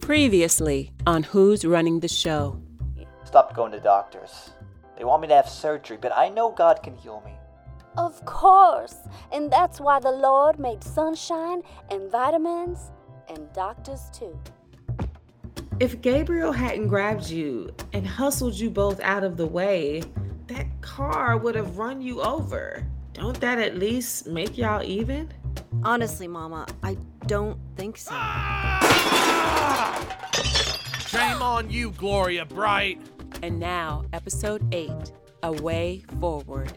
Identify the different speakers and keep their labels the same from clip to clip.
Speaker 1: Previously on Who's Running the Show.
Speaker 2: Stop going to doctors. They want me to have surgery, but I know God can heal me.
Speaker 3: Of course. And that's why the Lord made sunshine and vitamins and doctors too.
Speaker 4: If Gabriel hadn't grabbed you and hustled you both out of the way, that car would have run you over. Don't that at least make y'all even?
Speaker 5: Honestly, Mama, I don't think so.
Speaker 6: Shame on you, Gloria Bright.
Speaker 1: And now, Episode 8 A Way Forward.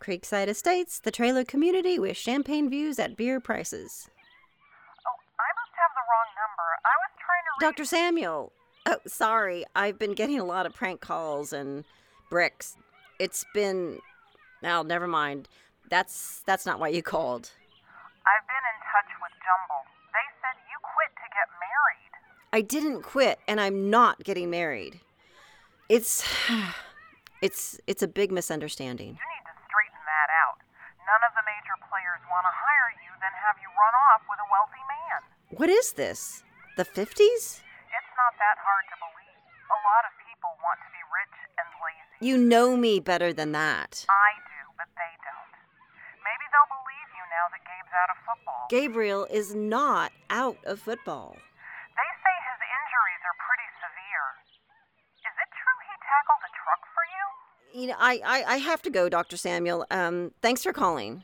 Speaker 5: Creekside Estates, the trailer community with champagne views at beer prices.
Speaker 7: Oh, I must have the wrong number. I was trying to reach
Speaker 5: Dr. Samuel! Oh, sorry, I've been getting a lot of prank calls and bricks. It's been. Oh, never mind. That's that's not why you called.
Speaker 7: I've been in touch with Jumble. They said you quit to get married.
Speaker 5: I didn't quit, and I'm not getting married. It's. It's it's a big misunderstanding.
Speaker 7: You need to straighten that out. None of the major players want to hire you, then have you run off with a wealthy man.
Speaker 5: What is this? The 50s?
Speaker 7: It's not that hard to believe. A lot of people want to be rich and lazy.
Speaker 5: You know me better than that.
Speaker 7: I do, but they don't. Maybe they'll believe you now that Gabe's out of football.
Speaker 5: Gabriel is not out of football.
Speaker 7: They say his injuries are pretty severe. Is it true he tackled a truck for you?
Speaker 5: You know, I, I, I have to go, Dr. Samuel. Um, thanks for calling.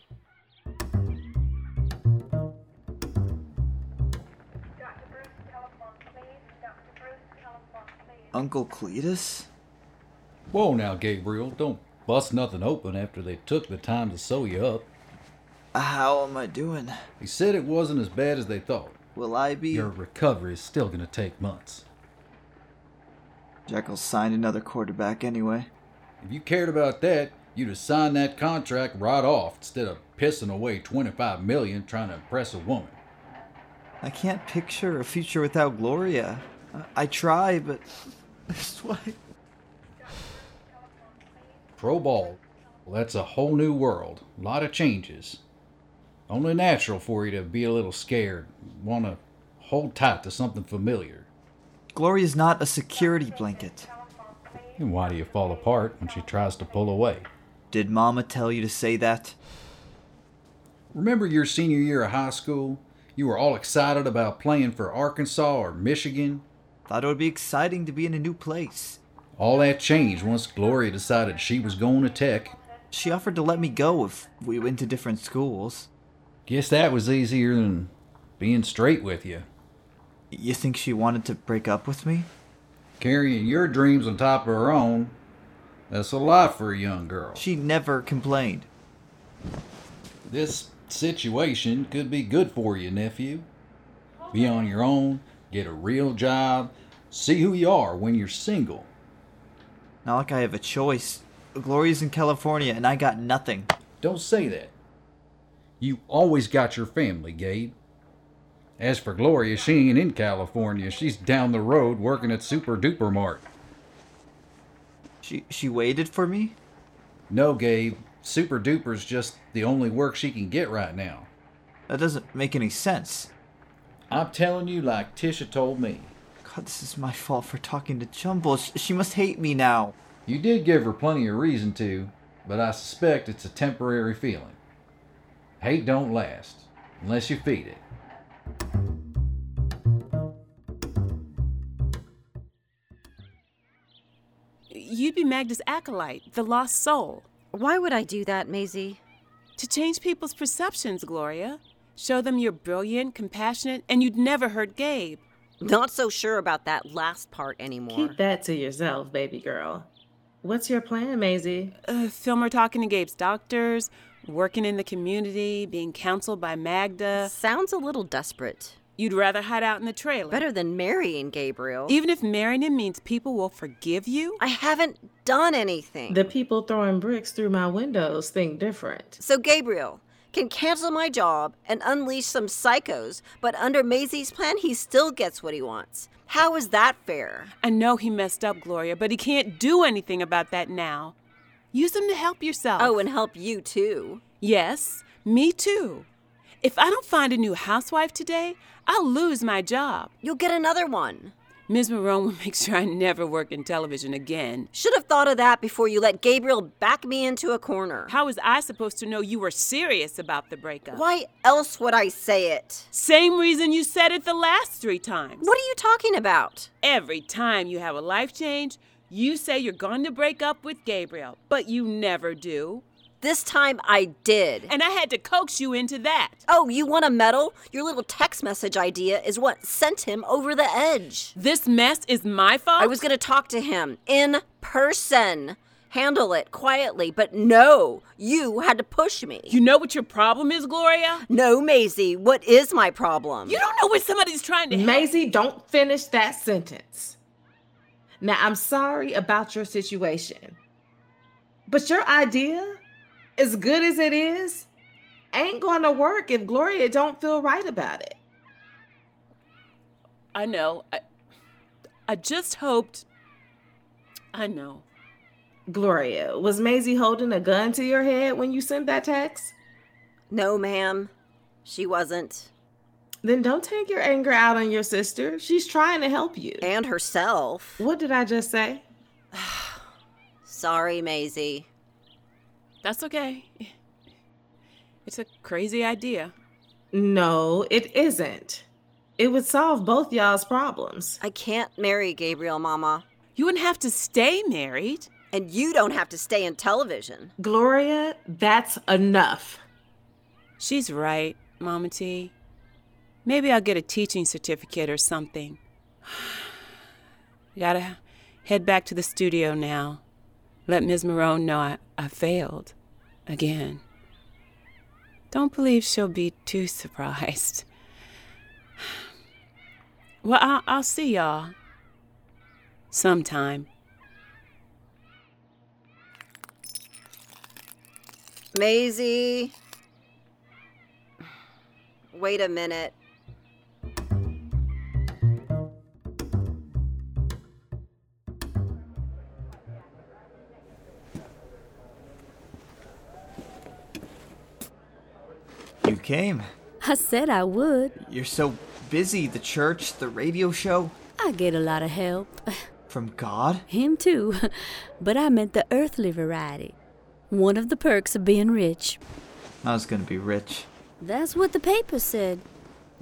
Speaker 2: Uncle Cletus?
Speaker 8: Whoa now, Gabriel, don't bust nothing open after they took the time to sew you up.
Speaker 2: Uh, How am I doing?
Speaker 8: He said it wasn't as bad as they thought.
Speaker 2: Will I be.
Speaker 8: Your recovery is still gonna take months.
Speaker 2: Jekyll signed another quarterback anyway.
Speaker 8: If you cared about that, you'd have signed that contract right off instead of pissing away 25 million trying to impress a woman.
Speaker 2: I can't picture a future without Gloria. Uh, I, I try, but. That's why.
Speaker 8: Pro ball, well, that's a whole new world. A lot of changes. Only natural for you to be a little scared, want to hold tight to something familiar.
Speaker 2: Gloria's not a security blanket.
Speaker 8: And why do you fall apart when she tries to pull away?
Speaker 2: Did Mama tell you to say that?
Speaker 8: Remember your senior year of high school? You were all excited about playing for Arkansas or Michigan?
Speaker 2: Thought it would be exciting to be in a new place.
Speaker 8: All that changed once Gloria decided she was going to tech.
Speaker 2: She offered to let me go if we went to different schools.
Speaker 8: Guess that was easier than being straight with you.
Speaker 2: You think she wanted to break up with me?
Speaker 8: Carrying your dreams on top of her own, that's a lot for a young girl.
Speaker 2: She never complained.
Speaker 8: This situation could be good for you, nephew. Be on your own, get a real job, see who you are when you're single.
Speaker 2: Not like I have a choice. Gloria's in California and I got nothing.
Speaker 8: Don't say that. You always got your family, Gabe. As for Gloria, she ain't in California. She's down the road working at Super Duper Mart.
Speaker 2: She she waited for me?
Speaker 8: No, Gabe, Super Duper's just the only work she can get right now.
Speaker 2: That doesn't make any sense.
Speaker 8: I'm telling you, like Tisha told me.
Speaker 2: God, this is my fault for talking to Jumble. Sh- She must hate me now.
Speaker 8: You did give her plenty of reason to, but I suspect it's a temporary feeling. Hate don't last unless you feed it.
Speaker 1: You'd be Magda's acolyte, the lost soul.
Speaker 5: Why would I do that, Maisie?
Speaker 1: To change people's perceptions, Gloria. Show them you're brilliant, compassionate, and you'd never hurt Gabe.
Speaker 5: Not so sure about that last part anymore.
Speaker 4: Keep that to yourself, baby girl. What's your plan, Maisie?
Speaker 1: Uh, Filmer talking to Gabe's doctors, working in the community, being counseled by Magda.
Speaker 5: Sounds a little desperate.
Speaker 1: You'd rather hide out in the trailer.
Speaker 5: Better than marrying Gabriel.
Speaker 1: Even if marrying him means people will forgive you?
Speaker 5: I haven't done anything.
Speaker 4: The people throwing bricks through my windows think different.
Speaker 5: So, Gabriel, can cancel my job and unleash some psychos, but under Maisie's plan, he still gets what he wants. How is that fair?
Speaker 1: I know he messed up, Gloria, but he can't do anything about that now. Use him to help yourself.
Speaker 5: Oh, and help you too.
Speaker 1: Yes, me too. If I don't find a new housewife today, I'll lose my job.
Speaker 5: You'll get another one.
Speaker 1: Ms. Marone will make sure I never work in television again.
Speaker 5: Should have thought of that before you let Gabriel back me into a corner.
Speaker 1: How was I supposed to know you were serious about the breakup?
Speaker 5: Why else would I say it?
Speaker 1: Same reason you said it the last three times.
Speaker 5: What are you talking about?
Speaker 1: Every time you have a life change, you say you're going to break up with Gabriel, but you never do.
Speaker 5: This time I did.
Speaker 1: And I had to coax you into that.
Speaker 5: Oh, you want a medal? Your little text message idea is what sent him over the edge.
Speaker 1: This mess is my fault?
Speaker 5: I was going to talk to him in person. Handle it quietly, but no, you had to push me.
Speaker 1: You know what your problem is, Gloria?
Speaker 5: no, Maisie, what is my problem?
Speaker 1: You don't know when somebody's trying to help.
Speaker 4: Maisie, don't finish that sentence. Now, I'm sorry about your situation, but your idea, as good as it is, ain't gonna work if Gloria don't feel right about it.
Speaker 1: I know. I, I just hoped. I know.
Speaker 4: Gloria, was Maisie holding a gun to your head when you sent that text?
Speaker 5: no, ma'am. She wasn't.
Speaker 4: Then don't take your anger out on your sister. She's trying to help you.
Speaker 5: And herself.
Speaker 4: What did I just say?
Speaker 5: Sorry, Maisie.
Speaker 1: That's okay. It's a crazy idea.
Speaker 4: No, it isn't. It would solve both y'all's problems.
Speaker 5: I can't marry Gabriel, Mama.
Speaker 1: You wouldn't have to stay married.
Speaker 5: And you don't have to stay in television.
Speaker 4: Gloria, that's enough.
Speaker 1: She's right, Mama T. Maybe I'll get a teaching certificate or something. Gotta head back to the studio now. Let Ms. Marone know I, I failed. Again. Don't believe she'll be too surprised. Well, I'll, I'll see y'all. Sometime.
Speaker 5: Maisie. Wait a minute.
Speaker 2: You came.
Speaker 3: I said I would.
Speaker 2: You're so busy the church, the radio show.
Speaker 3: I get a lot of help.
Speaker 2: From God?
Speaker 3: Him too. But I meant the earthly variety. One of the perks of being rich.
Speaker 2: I was gonna be rich.
Speaker 3: That's what the paper said.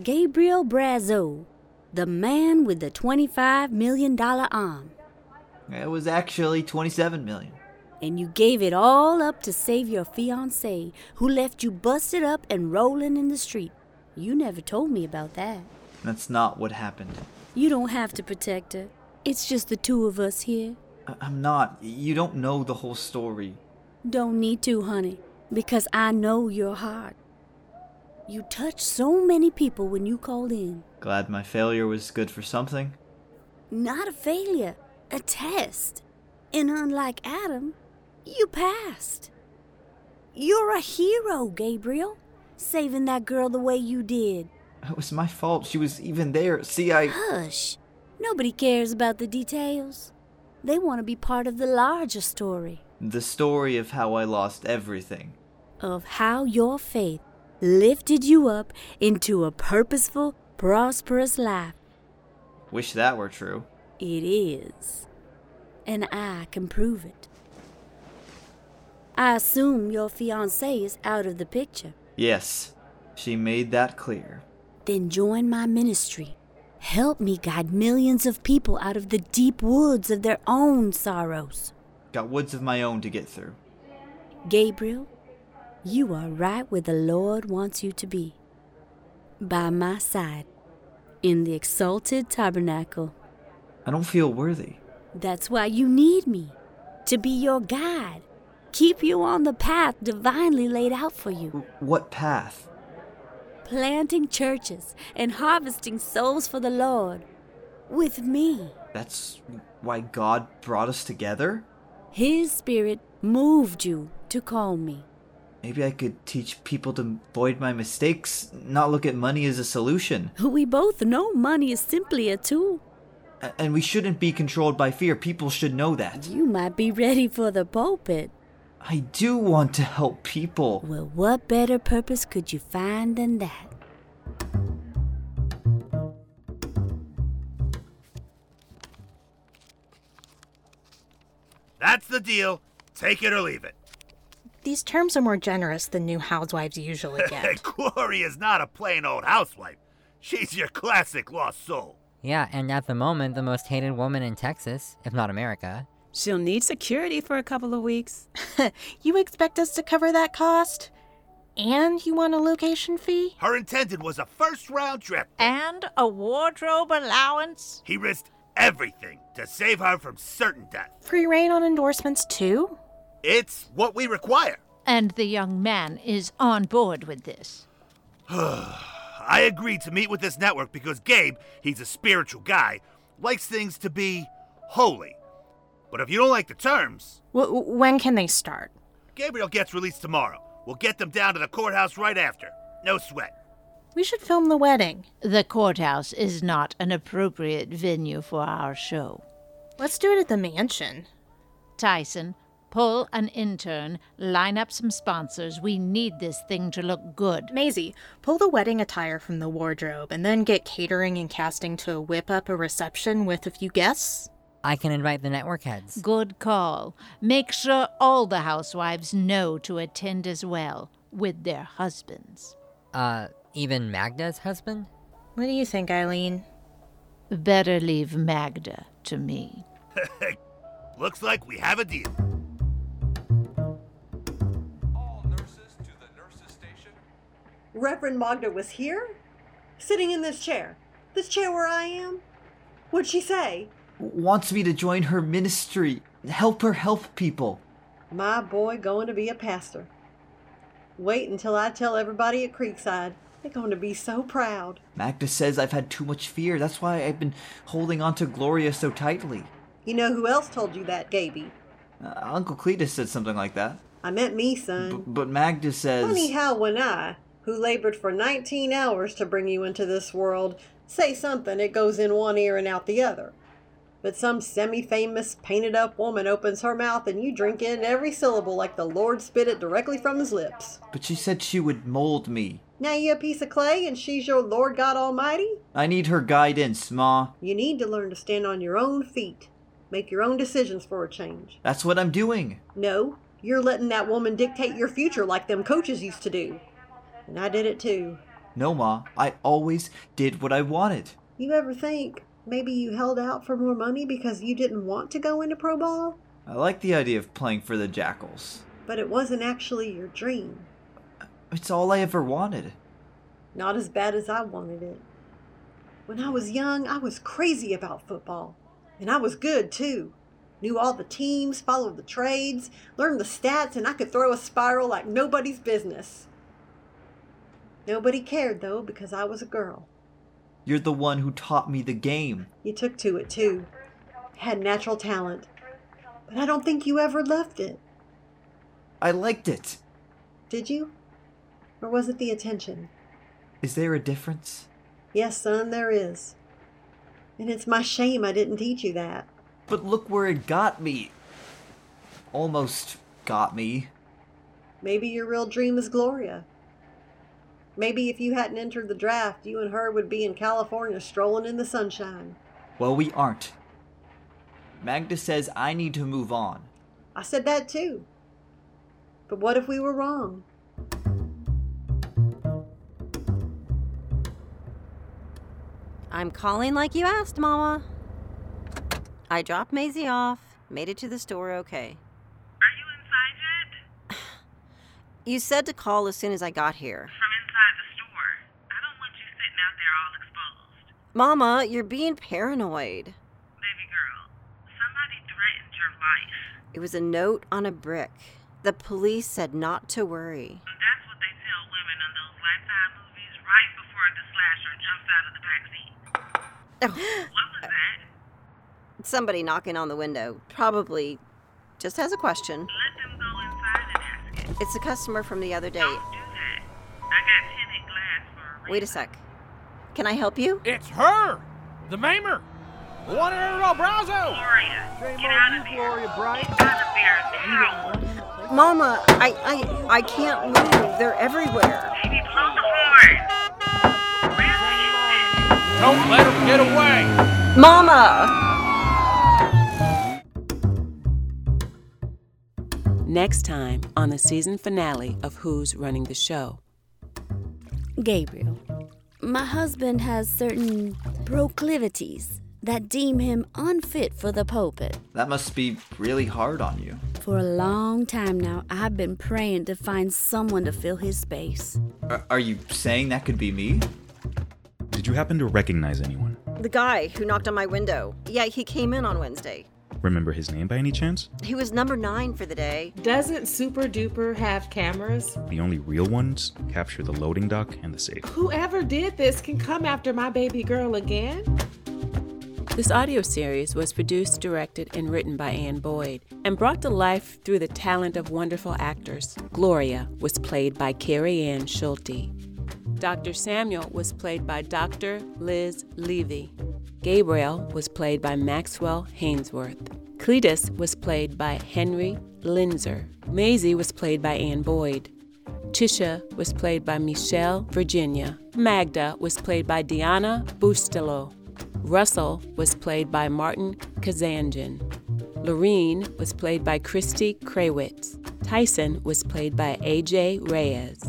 Speaker 3: Gabriel Brazo, the man with the $25 million arm.
Speaker 2: It was actually 27 million.
Speaker 3: And you gave it all up to save your fiancée, who left you busted up and rolling in the street. You never told me about that.
Speaker 2: That's not what happened.
Speaker 3: You don't have to protect her. It's just the two of us here.
Speaker 2: I- I'm not. You don't know the whole story.
Speaker 3: Don't need to, honey, because I know your heart. You touched so many people when you called in.
Speaker 2: Glad my failure was good for something.
Speaker 3: Not a failure, a test. And unlike Adam, you passed. You're a hero, Gabriel, saving that girl the way you did.
Speaker 2: It was my fault. She was even there. See, I.
Speaker 3: Hush. Nobody cares about the details. They want to be part of the larger story
Speaker 2: The story of how I lost everything.
Speaker 3: of how your faith lifted you up into a purposeful, prosperous life.
Speaker 2: Wish that were true.
Speaker 3: It is. And I can prove it. I assume your fiance is out of the picture.
Speaker 2: Yes, she made that clear.
Speaker 3: Then join my ministry. Help me guide millions of people out of the deep woods of their own sorrows.
Speaker 2: Got woods of my own to get through.
Speaker 3: Gabriel, you are right where the Lord wants you to be. By my side, in the exalted tabernacle.
Speaker 2: I don't feel worthy.
Speaker 3: That's why you need me, to be your guide, keep you on the path divinely laid out for you.
Speaker 2: W- What path?
Speaker 3: Planting churches and harvesting souls for the Lord. With me.
Speaker 2: That's why God brought us together?
Speaker 3: His spirit moved you to call me.
Speaker 2: Maybe I could teach people to avoid my mistakes, not look at money as a solution.
Speaker 3: We both know money is simply a tool.
Speaker 2: A- And we shouldn't be controlled by fear. People should know that.
Speaker 3: You might be ready for the pulpit.
Speaker 2: I do want to help people.
Speaker 3: Well, what better purpose could you find than that?
Speaker 6: That's the deal. Take it or leave it.
Speaker 9: These terms are more generous than new housewives usually get.
Speaker 6: Glory is not a plain old housewife. She's your classic lost soul.
Speaker 10: Yeah, and at the moment, the most hated woman in Texas, if not America.
Speaker 1: She'll need security for a couple of weeks.
Speaker 9: you expect us to cover that cost? And you want a location fee?
Speaker 6: Her intended was a first round trip.
Speaker 11: And a wardrobe allowance?
Speaker 6: He risked everything to save her from certain death.
Speaker 9: Free reign on endorsements, too?
Speaker 6: It's what we require.
Speaker 11: And the young man is on board with this.
Speaker 6: I agreed to meet with this network because Gabe, he's a spiritual guy, likes things to be holy. But if you don't like the terms,
Speaker 9: W- when can they start?
Speaker 6: Gabriel gets released tomorrow. We'll get them down to the courthouse right after. No sweat.
Speaker 9: We should film the wedding.
Speaker 11: The courthouse is not an appropriate venue for our show.
Speaker 9: Let's do it at the mansion.
Speaker 11: Tyson, pull an intern, line up some sponsors. We need this thing to look good.
Speaker 9: Maisie, pull the wedding attire from the wardrobe and then get catering and casting to whip up a reception with a few guests.
Speaker 10: I can invite the network heads.
Speaker 11: Good call. Make sure all the housewives know to attend as well with their husbands.
Speaker 10: Uh, even Magda's husband?
Speaker 9: What do you think, Eileen?
Speaker 11: Better leave Magda to me.
Speaker 6: Looks like we have a deal.
Speaker 12: Reverend Magda was here, sitting in this chair, this chair where I am. What'd she say?
Speaker 2: Wants me to join her ministry. Help her help people.
Speaker 12: My boy going to be a pastor. Wait until I tell everybody at Creekside. They're going to be so proud.
Speaker 2: Magda says I've had too much fear. That's why I've been holding on to Gloria so tightly.
Speaker 12: You know who else told you that, Gaby?
Speaker 2: Uh, Uncle Cletus said something like that.
Speaker 12: I meant me,
Speaker 2: B-
Speaker 12: son.
Speaker 2: but Magda says.
Speaker 12: Funny how when I, who labored for 19 hours to bring you into this world, say something, it goes in one ear and out the other. But some semi famous, painted up woman opens her mouth and you drink in every syllable like the Lord spit it directly from his lips.
Speaker 2: But she said she would mold me.
Speaker 12: Now you a piece of clay and she's your Lord God Almighty?
Speaker 2: I need her guidance, Ma.
Speaker 12: You need to learn to stand on your own feet, make your own decisions for a change.
Speaker 2: That's what I'm doing.
Speaker 12: No, you're letting that woman dictate your future like them coaches used to do. And I did it too.
Speaker 2: No, Ma. I always did what I wanted.
Speaker 12: You ever think maybe you held out for more money because you didn't want to go into pro ball?
Speaker 2: I like the idea of playing for the Jackals.
Speaker 12: But it wasn't actually your dream.
Speaker 2: It's all I ever wanted.
Speaker 12: Not as bad as I wanted it. When I was young, I was crazy about football. And I was good, too. Knew all the teams, followed the trades, learned the stats, and I could throw a spiral like nobody's business. Nobody cared, though, because I was a girl.
Speaker 2: You're the one who taught me the game.
Speaker 12: You took to it, too. Had natural talent. But I don't think you ever left it,
Speaker 2: I liked it.
Speaker 12: did you? Or was it the attention?
Speaker 2: Is there a difference?
Speaker 12: Yes, son, there is. And it's my shame I didn't teach you that.
Speaker 2: But look where it got me. Almost got me.
Speaker 12: Maybe your real dream is Gloria. Maybe if you hadn't entered the draft, you and her would be in California strolling in the sunshine.
Speaker 2: Well, we aren't. Magda says I need to move on.
Speaker 12: I said that too. But what if we were wrong?
Speaker 5: I'm calling like you asked, Mama. I dropped Maisie off, made it to the store okay.
Speaker 7: Are you inside yet?
Speaker 5: You said to call as soon as I got here.
Speaker 7: From inside the store. I don't want you sitting out there all exposed.
Speaker 5: Mama, you're being paranoid.
Speaker 7: Baby girl, somebody threatened your life.
Speaker 5: It was a note on a brick. The police said not to worry.
Speaker 7: And that's what they tell women on those lifetime movies right before the slasher jumps out of the backseat.
Speaker 5: Oh.
Speaker 7: What was that?
Speaker 5: Somebody knocking on the window probably just has a question.
Speaker 7: Let them go inside and ask it.
Speaker 5: It's a customer from the other day.
Speaker 7: I got tinted glass for a
Speaker 5: Wait a sec. Can I help you?
Speaker 13: It's her, the Mamer, the one in El Brazo.
Speaker 7: Gloria, get out of here. Gloria Bright. Get out of here now.
Speaker 5: Mama, I, I, I can't move. They're everywhere.
Speaker 7: Baby, blow the horn.
Speaker 13: Don't let her get away.
Speaker 5: Mama!
Speaker 1: Next time on the season finale of Who's Running the Show.
Speaker 3: Gabriel, my husband has certain proclivities that deem him unfit for the pulpit.
Speaker 2: That must be really hard on you.
Speaker 3: For a long time now, I've been praying to find someone to fill his space.
Speaker 2: Are, are you saying that could be me?
Speaker 14: Did you happen to recognize anyone?
Speaker 5: The guy who knocked on my window. Yeah, he came in on Wednesday.
Speaker 14: Remember his name by any chance?
Speaker 5: He was number nine for the day.
Speaker 4: Doesn't Super Duper have cameras?
Speaker 14: The only real ones capture the loading dock and the safe.
Speaker 4: Whoever did this can come after my baby girl again.
Speaker 1: This audio series was produced, directed, and written by Anne Boyd and brought to life through the talent of wonderful actors. Gloria was played by Carrie Ann Schulte. Dr. Samuel was played by Dr. Liz Levy. Gabriel was played by Maxwell Hainsworth. Cletus was played by Henry Linzer. Maisie was played by Anne Boyd. Tisha was played by Michelle Virginia. Magda was played by Diana Bustelo. Russell was played by Martin Kazanjian. Lorene was played by Christy Krawitz. Tyson was played by AJ Reyes.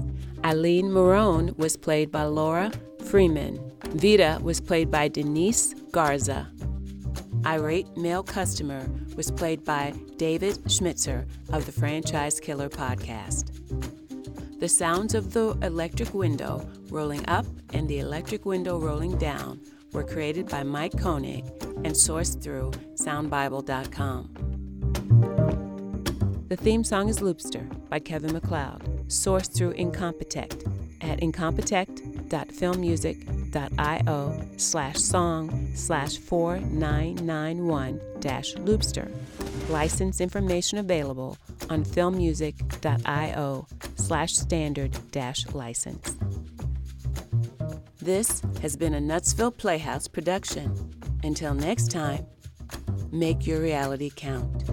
Speaker 1: Eileen Marone was played by Laura Freeman. Vita was played by Denise Garza. Irate Male Customer was played by David Schmitzer of the Franchise Killer podcast. The sounds of the electric window rolling up and the electric window rolling down were created by Mike Koenig and sourced through soundbible.com. The theme song is Loopster by Kevin McLeod, sourced through Incompetech at incompetech.filmmusic.io slash song slash 4991 dash loopster. License information available on filmmusic.io slash standard dash license. This has been a Nutsville Playhouse production. Until next time, make your reality count.